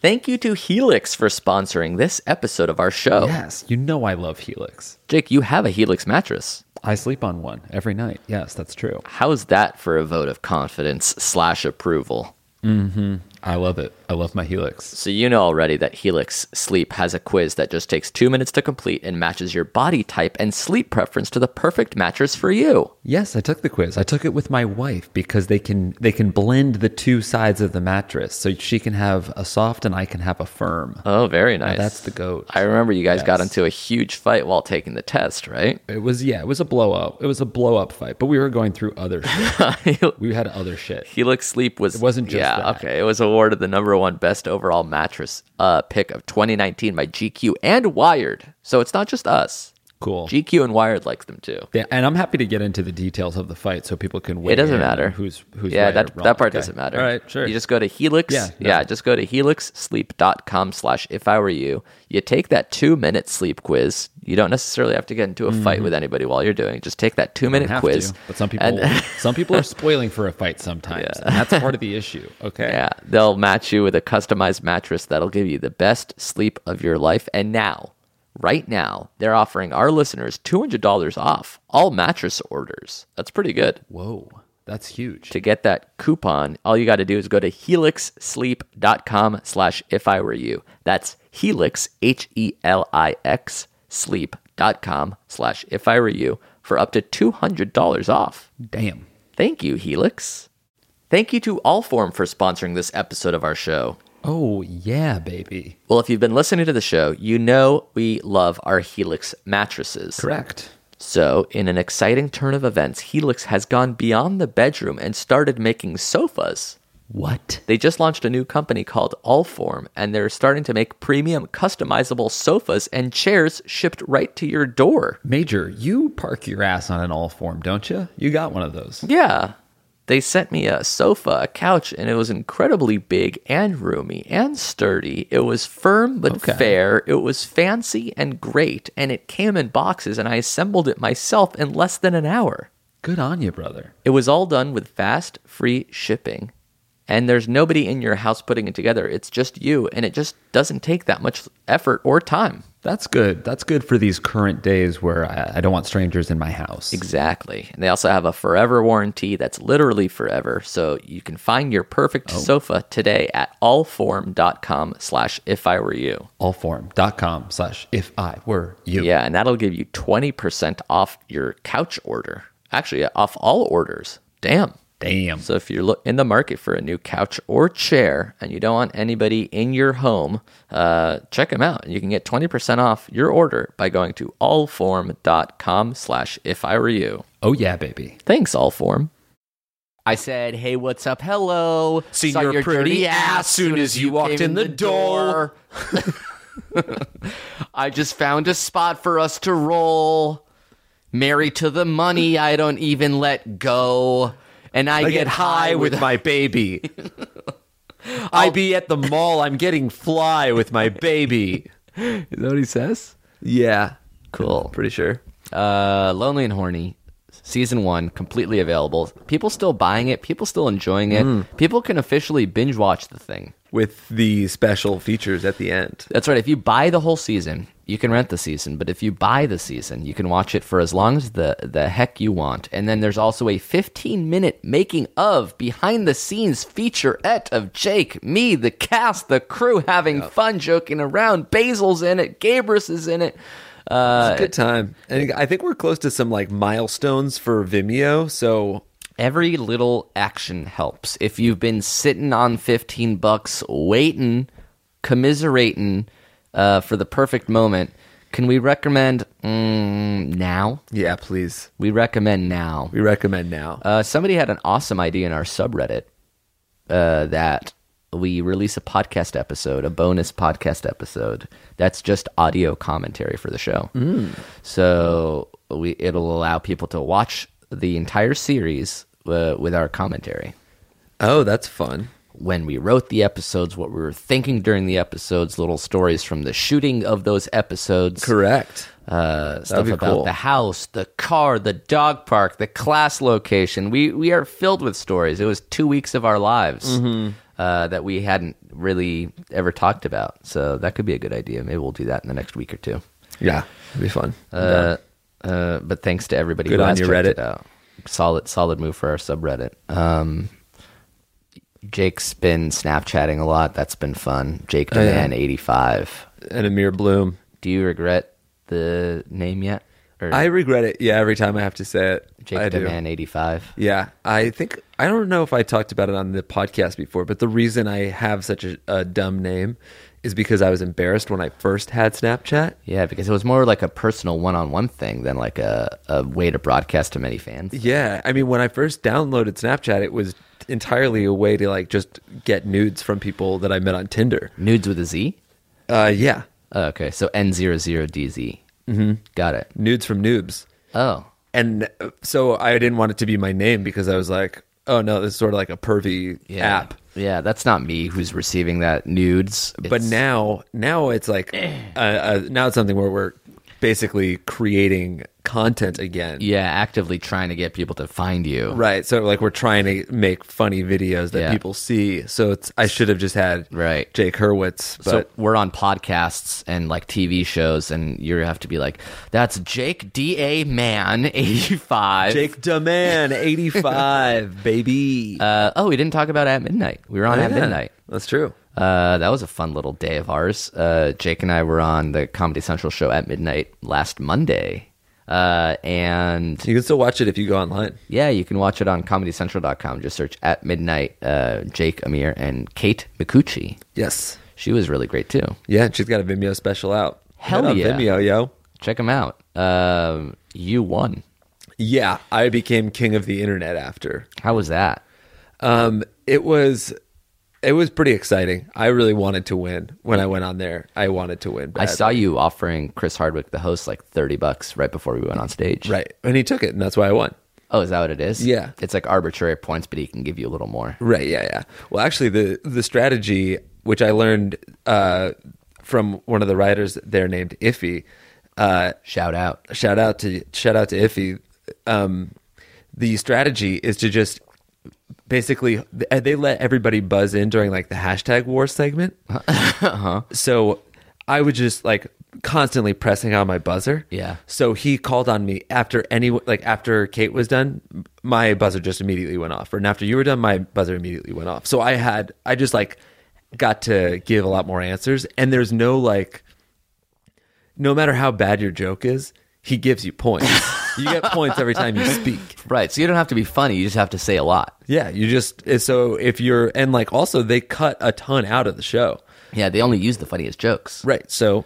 Speaker 2: Thank you to Helix for sponsoring this episode of our show.
Speaker 1: Yes, you know I love Helix.
Speaker 2: Jake, you have a Helix mattress.
Speaker 1: I sleep on one every night. Yes, that's true.
Speaker 2: How's that for a vote of confidence slash approval?
Speaker 1: I love it. I love my Helix.
Speaker 2: So you know already that Helix Sleep has a quiz that just takes two minutes to complete and matches your body type and sleep preference to the perfect mattress for you.
Speaker 1: Yes, I took the quiz. I took it with my wife because they can they can blend the two sides of the mattress, so she can have a soft and I can have a firm.
Speaker 2: Oh, very nice.
Speaker 1: that's the goat.
Speaker 2: I remember you guys got
Speaker 1: Yes.
Speaker 2: into a huge fight while taking the test, right?
Speaker 1: It was yeah, it was a blow up. It was a blow up fight, but we were going through other shit. we had other shit.
Speaker 2: Helix Sleep was
Speaker 1: It wasn't just
Speaker 2: yeah
Speaker 1: that.
Speaker 2: okay. It was awarded the number one best overall mattress uh, pick of 2019 by GQ and Wired. So it's not just us.
Speaker 1: Cool.
Speaker 2: GQ and Wired likes them too.
Speaker 1: Yeah, and I'm happy to get into the details of the fight so people can wait.
Speaker 2: it doesn't matter
Speaker 1: who's who's
Speaker 2: yeah
Speaker 1: right
Speaker 2: that,
Speaker 1: or wrong.
Speaker 2: that part
Speaker 1: Okay.
Speaker 2: doesn't matter
Speaker 1: All right, sure.
Speaker 2: you just go to helix
Speaker 1: Yeah,
Speaker 2: yeah,
Speaker 1: it
Speaker 2: just go to helixsleep.com slash if i were you you take that two minute sleep quiz you don't necessarily have to get into a fight with anybody while you're doing it. just take that two minute
Speaker 1: Mm-hmm. have
Speaker 2: quiz
Speaker 1: to, but some people
Speaker 2: and-
Speaker 1: some people are spoiling for a fight sometimes, and that's part of the issue. Okay.
Speaker 2: yeah they'll match you with a customized mattress that'll give you the best sleep of your life and now right now they're offering our listeners $200 off all mattress orders that's pretty good
Speaker 1: Whoa, that's huge.
Speaker 2: to get that coupon, all you got to do is go to helixsleep.com slash if I were you. That's helix, H E L I X, sleep.com slash if I were you for up to $200 off.
Speaker 1: Damn.
Speaker 2: Thank you, Helix. Thank you to Allform for sponsoring this episode of our show.
Speaker 1: Oh yeah, baby.
Speaker 2: Well, if you've been listening to the show, you know we love our Helix mattresses.
Speaker 1: Correct.
Speaker 2: So, in an exciting turn of events, Helix has gone beyond the bedroom and started making sofas.
Speaker 1: What?
Speaker 2: They just launched a new company called Allform, and they're starting to make premium customizable sofas and chairs shipped right to your door.
Speaker 1: Major, you park your ass on an all form, don't you? You got one of those.
Speaker 2: Yeah. They sent me a sofa, a couch, and it was incredibly big and roomy and sturdy. It was firm but
Speaker 1: Okay.
Speaker 2: fair. It was fancy and great, and it came in boxes, and I assembled it myself in less than an hour.
Speaker 1: Good on you, brother.
Speaker 2: It was all done with fast, free shipping. And there's nobody in your house putting it together. It's just you, and it just doesn't take that much effort or time.
Speaker 1: That's good. That's good for these current days where I, I don't want strangers in my house.
Speaker 2: Exactly. And they also have a forever warranty that's literally forever. So you can find your perfect sofa today at allform.com slash if I were you.
Speaker 1: Allform.com slash if I were you.
Speaker 2: Yeah, and that'll give you 20% off your couch order. Actually, off all orders. Damn.
Speaker 1: Damn.
Speaker 2: So if you're look in the market for a new couch or chair and you don't want anybody in your home, uh, check them out. You can get 20% off your order by going to allform.com slash if I were you.
Speaker 1: Oh yeah, baby.
Speaker 2: Thanks, Allform. I said, hey, what's up? Hello.
Speaker 4: Seen
Speaker 2: Saw
Speaker 4: your pretty ass soon as you walked
Speaker 2: came
Speaker 4: in the door."
Speaker 2: door. I just found a spot for us to roll. Married to the money, I don't even let go. And I,
Speaker 4: I get high with my baby. I be at the mall. I'm getting fly with my baby.
Speaker 2: Is that what he says?
Speaker 4: Yeah,
Speaker 2: Cool.
Speaker 4: pretty sure.
Speaker 2: Uh, lonely and horny. season one, completely available. People still buying it. People still enjoying it.
Speaker 4: Mm.
Speaker 2: People can officially binge watch the thing.
Speaker 4: with the special features at the end.
Speaker 2: That's right. If you buy the whole season, you can rent the season. But if you buy the season, you can watch it for as long as the, the heck you want. And then there's also a 15 minute making of behind the scenes featurette of Jake, me, the cast, the crew having fun, joking around. Basil's in it. Gabrus is in it. Uh,
Speaker 4: Good time. And I think we're close to some like milestones for Vimeo. So
Speaker 2: every little action helps. If you've been sitting on 15 bucks, waiting, commiserating uh, for the perfect moment, can we recommend mm, now?
Speaker 4: yeah, please.
Speaker 2: We recommend now.
Speaker 4: We recommend now.
Speaker 2: Uh, somebody had an awesome idea in our subreddit uh, that we release a podcast episode, a bonus podcast episode that's just audio commentary for the show. So we it'll allow people to watch the entire series uh, with our commentary.
Speaker 4: oh, that's fun.
Speaker 2: When we wrote the episodes, what we were thinking during the episodes, little stories from the shooting of those episodes
Speaker 4: Correct.
Speaker 2: uh, stuff
Speaker 4: be
Speaker 2: about
Speaker 4: cool.
Speaker 2: the house, the car, the dog park, the class location. We we are filled with stories. It was two weeks of our lives
Speaker 4: Mm-hmm.
Speaker 2: uh, that we hadn't really ever talked about. So that could be a good idea. Maybe we'll do that in the next week or two.
Speaker 4: Yeah, it'd be fun.
Speaker 2: Uh, uh, but thanks to everybody
Speaker 4: Good
Speaker 2: who
Speaker 4: on
Speaker 2: has
Speaker 4: you,
Speaker 2: checked
Speaker 4: Reddit.
Speaker 2: it out. Solid solid move for our subreddit. Um, Jake's been Snapchatting a lot. That's been fun. Jake
Speaker 4: Oh, yeah.
Speaker 2: Deman eighty five.
Speaker 4: and Amir Bloom.
Speaker 2: Do you regret the name yet? Or
Speaker 4: I regret it. Yeah, every time I have to say it. I
Speaker 2: Jake
Speaker 4: do.
Speaker 2: Deman eighty five.
Speaker 4: Yeah, I think I don't know if I talked about it on the podcast before, but the reason I have such a, a dumb name is because I was embarrassed when I first had Snapchat.
Speaker 2: Yeah, because it was more like a personal one-on-one thing than like a, a way to broadcast to many fans.
Speaker 4: Yeah, I mean, when I first downloaded Snapchat, it was entirely a way to like just get nudes from people that I met on Tinder.
Speaker 2: Nudes with a Z.
Speaker 4: Uh, yeah,
Speaker 2: Oh, okay, so N00DZ. Mm-hmm. Got it.
Speaker 4: nudes from noobs,
Speaker 2: Oh,
Speaker 4: and uh, so I didn't want it to be my name because I was like, oh no, this is sort of like a pervy
Speaker 2: yeah.
Speaker 4: app.
Speaker 2: Yeah, that's not me who's receiving that nudes.
Speaker 4: But
Speaker 2: It's- Eh.
Speaker 4: now, now it's like, uh, uh, now it's something where we're basically creating content again.
Speaker 2: yeah, actively trying to get people to find you.
Speaker 4: Right. So like we're trying to make funny videos that
Speaker 2: Yeah.
Speaker 4: people see. So it's I should have just had
Speaker 2: Right.
Speaker 4: Jake Hurwitz,
Speaker 2: So
Speaker 4: but
Speaker 2: we're on podcasts and like TV shows, and you have to be like, "That's Jake D A Man eighty five.
Speaker 4: Jake Deman, 85, baby.
Speaker 2: Uh, oh, we didn't talk about at midnight. We were on at
Speaker 4: Oh, Yeah,
Speaker 2: midnight.
Speaker 4: That's true.
Speaker 2: Uh, that was a fun little day of ours. Uh, Jake and I were on the Comedy Central show at midnight last Monday. Uh, and
Speaker 4: You can still watch it if you go online.
Speaker 2: yeah, you can watch it on comedycentral.com. Just search at midnight uh, Jake Amir and Kate Mikuchi.
Speaker 4: Yes.
Speaker 2: She was really great too.
Speaker 4: Yeah, and she's got a Vimeo special out.
Speaker 2: Hell
Speaker 4: Get on
Speaker 2: yeah.
Speaker 4: Vimeo, yo.
Speaker 2: Check them out. Um, you won.
Speaker 4: Yeah, I became king of the internet after.
Speaker 2: How was that?
Speaker 4: Um, it was it was pretty exciting. I really wanted to win when I went on there. I wanted to win.
Speaker 2: I
Speaker 4: bad.
Speaker 2: saw you offering Chris Hardwick, the host, like 30 bucks right before we went on stage.
Speaker 4: Right. And he took it, and that's why I won.
Speaker 2: Oh, is that what it is?
Speaker 4: Yeah.
Speaker 2: It's like arbitrary points, but he can give you a little more.
Speaker 4: Right. Yeah. Yeah. Well, actually, the the strategy which I learned uh, from one of the writers there named Iffy. Uh,
Speaker 2: Shout out.
Speaker 4: shout out to shout out to Iffy. Um, the strategy is to just basically they let everybody buzz in during like the hashtag war segment. So I was just like constantly pressing on my buzzer.
Speaker 2: Yeah.
Speaker 4: So he called on me after any like after Kate was done, my buzzer just immediately went off, and after you were done, my buzzer immediately went off. So I had I just like got to give a lot more answers, and there's no like no matter how bad your joke is, he gives you points. you get points every time you speak.
Speaker 2: Right. So you don't have to be funny. You just have to say a lot.
Speaker 4: Yeah, you just eh, so if you're and like also they cut a ton out of the show.
Speaker 2: Yeah. They only use the funniest jokes.
Speaker 4: Right. So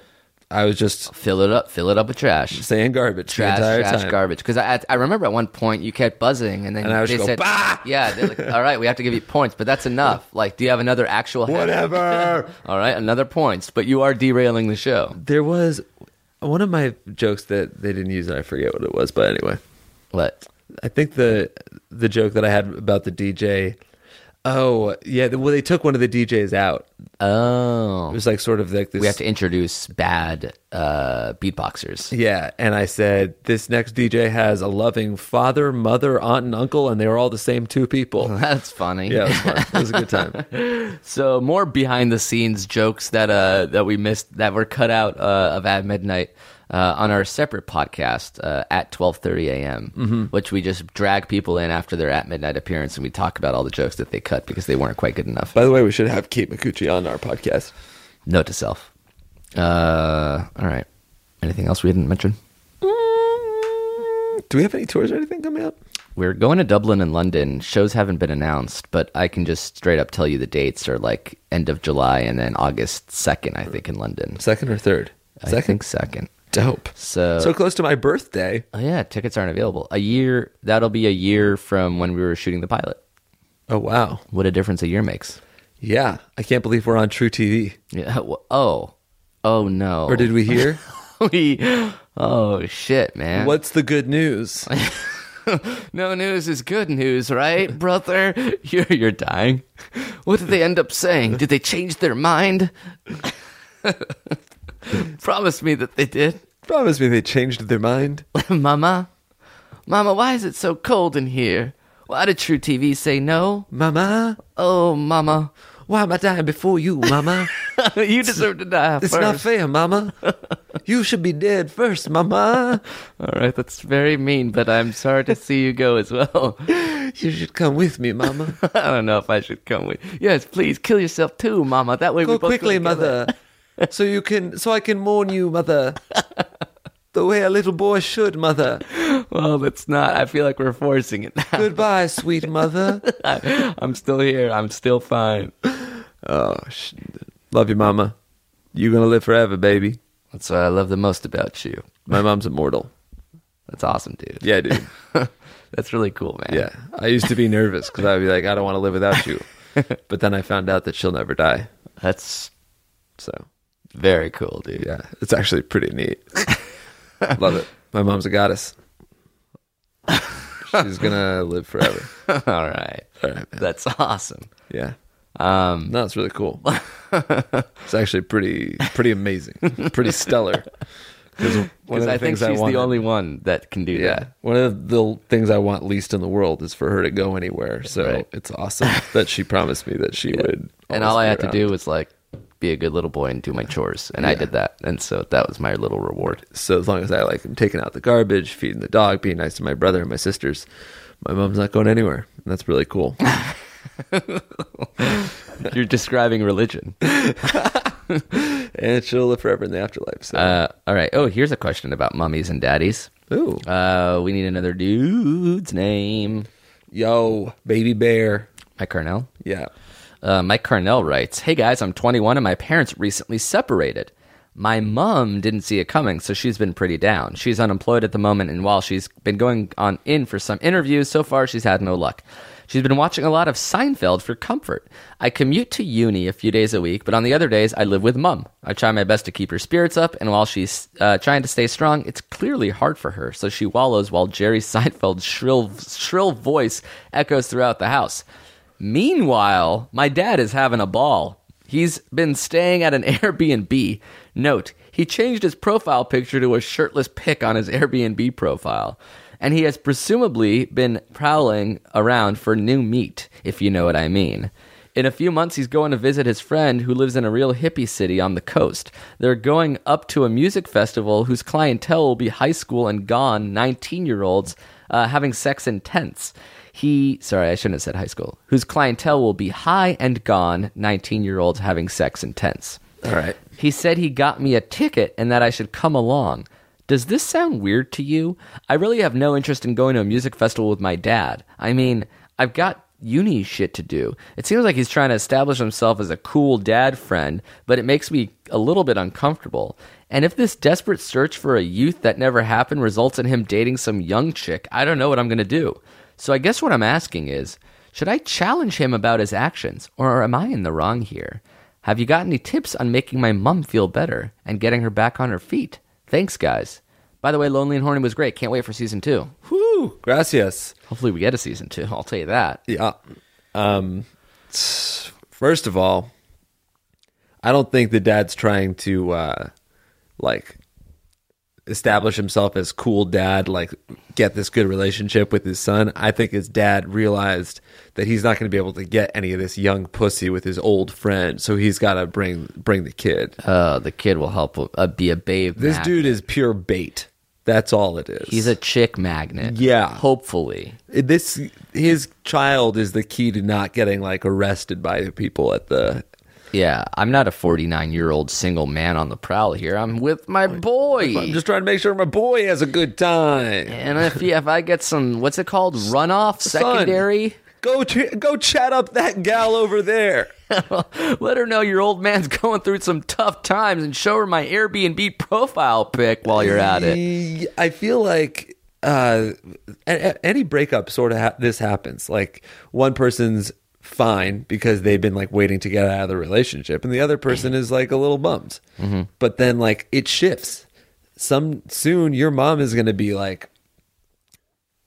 Speaker 4: I was just
Speaker 2: Fill it up. Fill it up with trash.
Speaker 4: saying garbage
Speaker 2: Trash,
Speaker 4: the entire
Speaker 2: trash,
Speaker 4: time.
Speaker 2: garbage. Because I, I remember at one point you kept buzzing, and then
Speaker 4: And I would
Speaker 2: they
Speaker 4: just go,
Speaker 2: said,
Speaker 4: "Bah!"
Speaker 2: "Yeah, they're like, all right, we have to give you points, but that's enough. Like, do you have another actual? head?"
Speaker 4: Whatever.
Speaker 2: All right, another points, but you are derailing the show.
Speaker 4: there was one of my jokes that they didn't use and I forget what it was, but anyway.
Speaker 2: What?
Speaker 4: I think the the joke that I had about the DJ Oh, yeah, well they took one of the DJs out.
Speaker 2: Oh.
Speaker 4: It was like sort of like this.
Speaker 2: We have to introduce bad uh, beatboxers.
Speaker 4: yeah, and I said this next DJ has a loving father, mother, aunt, and uncle, and they were all the same two people.
Speaker 2: That's funny.
Speaker 4: Yeah, it was fun. It was a good time.
Speaker 2: So more behind the scenes jokes that uh that we missed that were cut out uh, of at midnight uh, on our separate podcast uh, at twelve thirty a.m. which we just drag people in after their at midnight appearance and we talk about all the jokes that they cut because they weren't quite good enough.
Speaker 4: By the way, we should have Kate Micucci on our podcast.
Speaker 2: Note to self. Uh, all right. Anything else we didn't mention?
Speaker 4: Do we have any tours or anything coming up?
Speaker 2: We're going to Dublin and London. Shows haven't been announced, but I can just straight up tell you the dates are like end of July and then August second, I think, in London.
Speaker 4: Second or third? Second.
Speaker 2: I think second.
Speaker 4: Dope.
Speaker 2: So,
Speaker 4: so close to my birthday.
Speaker 2: Oh, yeah, tickets aren't available. A year, that'll be a year from when we were shooting the pilot.
Speaker 4: Oh wow.
Speaker 2: What a difference a year makes.
Speaker 4: Yeah, I can't believe we're on True TV.
Speaker 2: Yeah. wh- Oh, oh no.
Speaker 4: Or did we hear?
Speaker 2: we? Oh, shit, man.
Speaker 4: What's the good news?
Speaker 2: No news is good news, right, brother? You're, you're dying. What did they end up saying? Did they change their mind? Promise me that they did.
Speaker 4: Promise me they changed their mind.
Speaker 2: Mama? Mama, why is it so cold in here? Why did True TV say no?
Speaker 4: Mama,
Speaker 2: Oh, Mama.
Speaker 4: why am I dying before you, Mama?
Speaker 2: you deserve to die
Speaker 4: It's
Speaker 2: first.
Speaker 4: not fair, Mama. You should be dead first, Mama.
Speaker 2: All right, that's very mean, but I'm sorry to see you go as well.
Speaker 4: You should come with me, Mama.
Speaker 2: I don't know if I should come with. Yes, please kill yourself too, Mama. That way we
Speaker 4: Go
Speaker 2: both
Speaker 4: quickly,
Speaker 2: go together.
Speaker 4: Mother, so you can, so I can mourn you, Mother. The way a little boy should, Mother.
Speaker 2: Well, that's not. I feel like we're forcing it. Now.
Speaker 4: Goodbye, sweet Mother.
Speaker 2: I'm still here. I'm still fine.
Speaker 4: Oh, sh- love you, Mama. You're gonna live forever, baby.
Speaker 2: That's what I love the most about you.
Speaker 4: My mom's immortal.
Speaker 2: That's awesome, dude.
Speaker 4: Yeah, dude.
Speaker 2: that's really cool, man.
Speaker 4: Yeah, I used to be nervous because I'd be like, I don't want to live without you. but then I found out that she'll never die.
Speaker 2: that's
Speaker 4: So
Speaker 2: very cool, dude.
Speaker 4: yeah, it's actually pretty neat. Love it. My mom's a goddess. She's gonna live forever.
Speaker 2: All right,
Speaker 4: All right, man.
Speaker 2: that's awesome.
Speaker 4: Yeah.
Speaker 2: Um,
Speaker 4: No, it's really cool. It's actually pretty, pretty amazing, pretty stellar.
Speaker 2: because I think she's the only one that can do
Speaker 4: Yeah.
Speaker 2: that.
Speaker 4: One of the things I want least in the world is for her to go anywhere. So
Speaker 2: Right.
Speaker 4: it's awesome that she promised me that she would.
Speaker 2: and
Speaker 4: always
Speaker 2: all I
Speaker 4: be
Speaker 2: had to
Speaker 4: around.
Speaker 2: do was like be a good little boy and do my chores, and I did that, and so that was my little reward.
Speaker 4: So as long as I like am taking out the garbage, feeding the dog, being nice to my brother and my sisters, my mom's not going anywhere. And that's really cool.
Speaker 2: You're describing religion.
Speaker 4: and she'll live forever in the afterlife. So
Speaker 2: Uh, all right. Oh, here's a question about mummies and daddies.
Speaker 4: Ooh.
Speaker 2: Uh, we need another dude's name.
Speaker 4: Yo, baby bear.
Speaker 2: Mike Carnell.
Speaker 4: Yeah.
Speaker 2: Uh, Mike Carnell writes, "Hey guys, I'm 21 and my parents recently separated. My mom didn't see it coming, so she's been pretty down. She's unemployed at the moment, and while she's been going on in for some interviews, so far she's had no luck. She's been watching a lot of Seinfeld for comfort. I commute to uni a few days a week, but on the other days I live with mom. I try my best to keep her spirits up, and while she's uh, trying to stay strong, it's clearly hard for her. So she wallows while Jerry Seinfeld's shrill shrill voice echoes throughout the house." Meanwhile, my dad is having a ball. He's been staying at an Airbnb. Note, he changed his profile picture to a shirtless pic on his Airbnb profile. And he has presumably been prowling around for new meat, if you know what I mean. In a few months, he's going to visit his friend who lives in a real hippie city on the coast. They're going up to a music festival whose clientele will be high school and gone 19 year olds uh, having sex in tents. He, sorry, I shouldn't have said high school, whose clientele will be high and gone 19 year olds having sex in tents.
Speaker 4: All right.
Speaker 2: He said he got me a ticket and that I should come along. Does this sound weird to you? I really have no interest in going to a music festival with my dad. I mean, I've got uni shit to do. It seems like he's trying to establish himself as a cool dad friend, but it makes me a little bit uncomfortable. And if this desperate search for a youth that never happened results in him dating some young chick, I don't know what I'm going to do. So I guess what I'm asking is should I challenge him about his actions, or am I in the wrong here? Have you got any tips on making my mum feel better and getting her back on her feet? Thanks, guys. By the way, Lonely and Horny was great. Can't wait for season two.
Speaker 4: Whoo. Gracias.
Speaker 2: Hopefully, we get a season two. I'll tell you that.
Speaker 4: Yeah. Um, first of all, I don't think the dad's trying to uh, like establish himself as cool dad, like get this good relationship with his son. I think his dad realized that he's not going to be able to get any of this young pussy with his old friend, so he's got to bring bring the kid.
Speaker 2: Oh, the kid will help uh, be a babe.
Speaker 4: this
Speaker 2: magnet.
Speaker 4: dude is pure bait. That's all it is.
Speaker 2: he's a chick magnet.
Speaker 4: Yeah.
Speaker 2: hopefully.
Speaker 4: this his child is the key to not getting like arrested by people at the
Speaker 2: Yeah, I'm not a 49 year old single man on the prowl here. I'm with my boy.
Speaker 4: I'm just trying to make sure my boy has a good time.
Speaker 2: and if if I get some, what's it called, runoff secondary,
Speaker 4: Go ch- go chat up that gal over there.
Speaker 2: let her know your old man's going through some tough times, and show her my Airbnb profile pic while you're at it.
Speaker 4: I feel like uh, a- a- any breakup sort of ha- this happens. Like one person's fine because they've been like waiting to get out of the relationship, and the other person is like a little bummed.
Speaker 2: Mm-hmm.
Speaker 4: But then like it shifts. Some soon your mom is going to be like.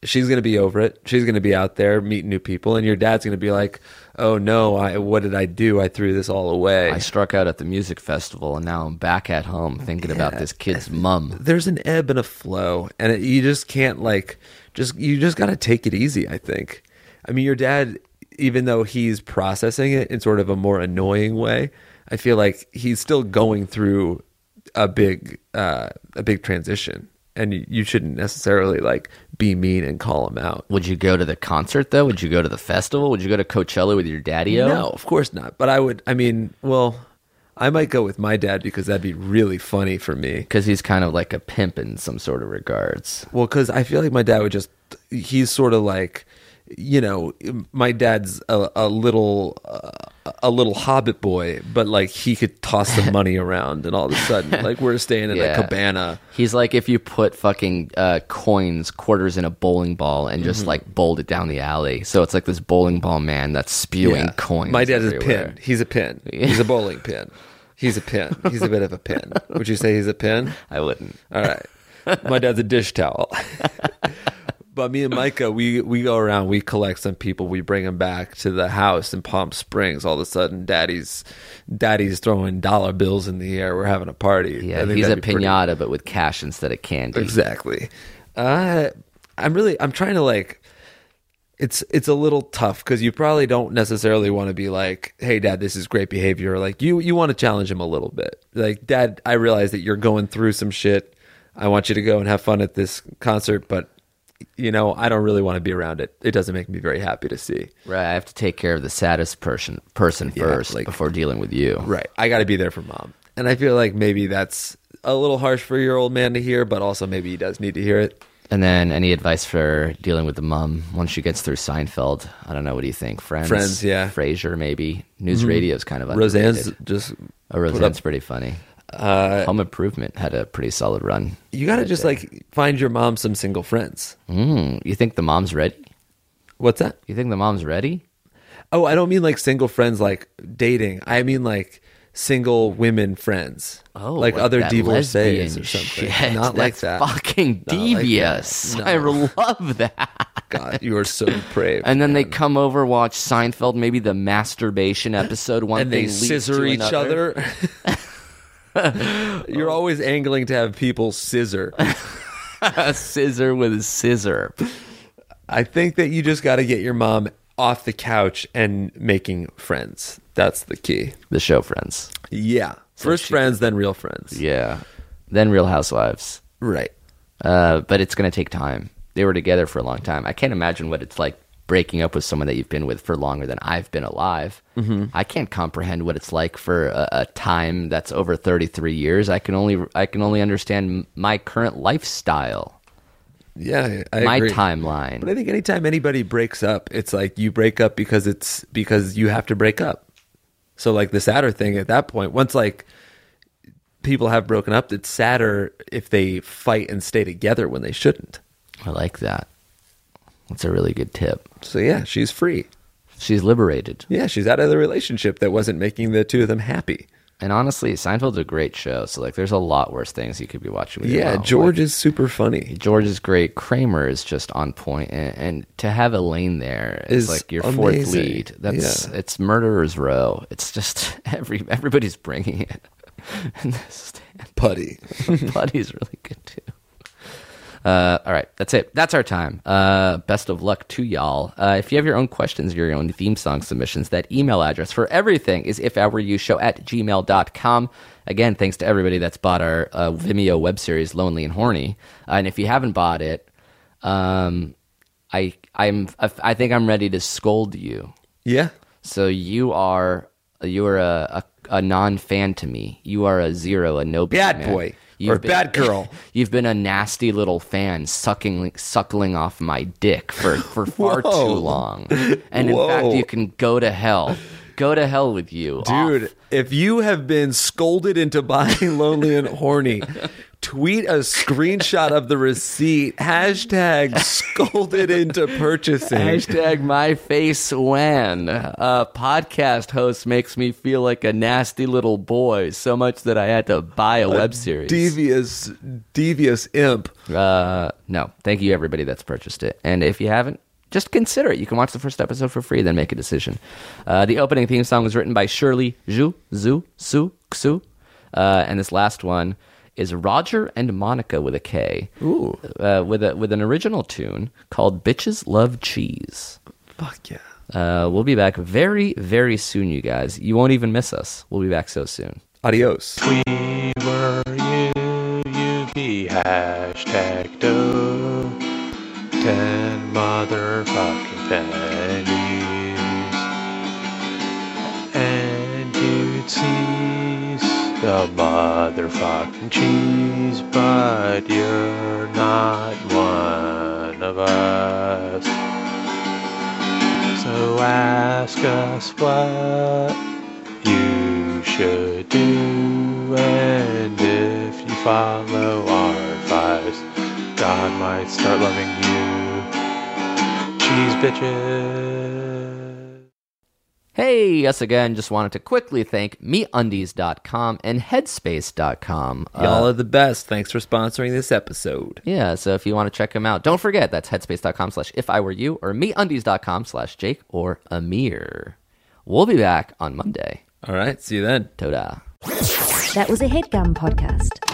Speaker 4: She's gonna be over it. She's gonna be out there meeting new people, and your dad's gonna be like, "Oh no, I what did I do? I threw this all away."
Speaker 2: I struck out at the music festival, and now I'm back at home thinking about this kid's mum.
Speaker 4: there's an ebb and a flow and it, you just can't like just you just got to take it easy i think i mean your dad even though he's processing it in sort of a more annoying way i feel like he's still going through a big uh a big transition and you, you shouldn't necessarily like be mean and call him out
Speaker 2: Would you go to the concert though? Would you go to the festival? Would you go to Coachella with your daddy?
Speaker 4: no of course not but i would i mean well i might go with my dad because that'd be really funny for me
Speaker 2: because he's kind of like a pimp in some sort of regards.
Speaker 4: Well, because I feel like my dad would just, he's sort of like, you know, my dad's a, a little, uh, a little hobbit boy, but like he could toss some money around and all of a sudden, like we're staying in
Speaker 2: Yeah.
Speaker 4: a cabana.
Speaker 2: He's like if you put fucking uh, coins, quarters in a bowling ball and
Speaker 4: Mm-hmm.
Speaker 2: just like bowled it down the alley. So it's like this bowling ball man that's spewing
Speaker 4: Yeah.
Speaker 2: coins.
Speaker 4: My dad is a
Speaker 2: everywhere.
Speaker 4: pin. He's a pin. He's a bowling pin. He's a pin. He's a bit of a pin. Would you say he's a pin?
Speaker 2: I wouldn't.
Speaker 4: All right. My dad's a dish towel. but me and Micah, we we go around, we collect some people, we bring them back to the house in Palm Springs. All of a sudden, daddy's daddy's throwing dollar bills in the air. We're having a party. I
Speaker 2: Yeah,
Speaker 4: think
Speaker 2: he's a
Speaker 4: that'd be pretty-
Speaker 2: pinata, but with cash instead of candy.
Speaker 4: Exactly. Uh, I'm really I'm trying to like it's it's a little tough because you probably don't necessarily want to be like, hey dad, this is great behavior. Like you you want to challenge him a little bit. Like dad, I realize that you're going through some shit. I want you to go and have fun at this concert, but you know I don't really want to be around it. It doesn't make me very happy to see.
Speaker 2: Right, I have to take care of the saddest person person first
Speaker 4: like-
Speaker 2: before dealing with you.
Speaker 4: Right. I got to be there for mom, and I feel like maybe that's a little harsh for your old man to hear, but also maybe he does need to hear it.
Speaker 2: And then any advice for dealing with the mum once she gets through Seinfeld? I don't know. What do you think? Friends,
Speaker 4: Friends, yeah. Mm-hmm.
Speaker 2: Frasier, maybe. News radio's kind of
Speaker 4: Roseanne's
Speaker 2: underrated.
Speaker 4: just
Speaker 2: Oh, Roseanne's pretty funny. Uh, Home Improvement had a pretty solid run.
Speaker 4: You got to just like find your mom some single friends.
Speaker 2: Mm, you think the mom's ready?
Speaker 4: What's that?
Speaker 2: You think the mom's ready?
Speaker 4: Oh, I don't mean like single friends like dating. I mean like single women friends.
Speaker 2: Oh,
Speaker 4: like,
Speaker 2: like
Speaker 4: other
Speaker 2: that
Speaker 4: divorcees
Speaker 2: lesbian
Speaker 4: or something.
Speaker 2: shit.
Speaker 4: Not like that.
Speaker 2: That's Fucking
Speaker 4: Not like that.
Speaker 2: devious.
Speaker 4: No.
Speaker 2: I love that.
Speaker 4: God, you are so brave.
Speaker 2: And then they come over, watch Seinfeld, maybe the masturbation episode. One
Speaker 4: and they
Speaker 2: thing leads
Speaker 4: scissor
Speaker 2: to
Speaker 4: each
Speaker 2: another. Oh.
Speaker 4: other. You're always angling to have people scissor.
Speaker 2: a scissor with a scissor.
Speaker 4: I think that you just got to get your mom off the couch and making friends. That's the key.
Speaker 2: The show friends.
Speaker 4: Yeah. First
Speaker 2: she-
Speaker 4: friends, then real friends.
Speaker 2: Yeah. Then Real Housewives.
Speaker 4: Right.
Speaker 2: Uh, but it's going to take time. They were together for a long time. I can't imagine what it's like breaking up with someone that you've been with for longer than I've been alive. Mm-hmm. I can't comprehend what it's like for a, a time that's over 33 years. I can only I can only understand my current lifestyle,
Speaker 4: Yeah, I
Speaker 2: my
Speaker 4: agree.
Speaker 2: timeline.
Speaker 4: But I think anytime anybody breaks up, it's like you break up because it's because you have to break up. So like the sadder thing at that point, once like people have broken up, it's sadder if they fight and stay together when they shouldn't.
Speaker 2: I like that. That's a really good tip.
Speaker 4: So yeah, she's free.
Speaker 2: She's liberated.
Speaker 4: Yeah, she's out of the relationship that wasn't making the two of them happy.
Speaker 2: And honestly, Seinfeld's a great show. So like, there's a lot worse things you could be watching. with your
Speaker 5: Yeah,
Speaker 2: mom.
Speaker 5: George is super funny.
Speaker 2: George is great. Kramer is just on point, and, and to have Elaine there is
Speaker 5: Is
Speaker 2: like your fourth
Speaker 5: amazing.
Speaker 2: lead. That's
Speaker 5: Yeah.
Speaker 2: it's murderers row. It's just every everybody's bringing it. And this
Speaker 5: Putty.
Speaker 2: Buddy's really good too. Uh, all right, that's it. That's our time. Uh, best of luck to y'all. Uh, if you have your own questions, your own theme song submissions, that email address for everything is if I were you show at gmail.com. Again, thanks to everybody that's bought our uh, Vimeo web series, Lonely and Horny. Uh, and if you haven't bought it, um, I I'm I think I'm ready to scold you.
Speaker 5: Yeah.
Speaker 2: So you are you are a, a, a non fan to me. You are a zero, a no
Speaker 5: Bad
Speaker 2: man.
Speaker 5: boy, or bad girl.
Speaker 2: You've been a nasty little fan, sucking suckling off my dick for for far too
Speaker 5: Whoa.
Speaker 2: long. And in
Speaker 5: Whoa.
Speaker 2: fact, you can go to hell. Go to hell with you,
Speaker 5: Dude,
Speaker 2: Off.
Speaker 5: if you have been scolded into buying Lonely and Horny, tweet a screenshot of the receipt. Hashtag scolded into purchasing.
Speaker 2: Hashtag my face when a podcast host makes me feel like a nasty little boy so much that I had to buy
Speaker 5: Uh,
Speaker 2: a, web series.
Speaker 5: Devious, devious imp.
Speaker 2: Uh, no, thank you everybody that's purchased it. And if you haven't, just consider it. You can watch the first episode for free, then make a decision. Uh, the opening theme song was written by Shirley Zhu Zhu Su Xu, uh, and this last one is Roger and Monica with a K, ooh, uh, with a with an original tune called "Bitches Love Cheese."
Speaker 5: Fuck yeah.
Speaker 2: Uh, we'll be back very very soon, you guys. You won't even miss us. We'll be back so soon.
Speaker 5: Adios.
Speaker 6: the hashtag dough. Ten motherfucking pennies. And you'd seize the motherfucking cheese, but you're not one of us. So ask us what you should do and if you follow our advice god might start loving you cheese bitches
Speaker 2: Hey, us again. Just wanted to quickly thank MeUndies.com and Headspace.com. Uh,
Speaker 5: Y'all are the best. Thanks for sponsoring this episode.
Speaker 2: yeah, so if you want to check them out, don't forget that's Headspace.com slash If I Were You or MeUndies.com slash Jake or Amir. We'll be back on Monday.
Speaker 5: All right. See you then.
Speaker 2: Toda.
Speaker 7: That was a headgum podcast.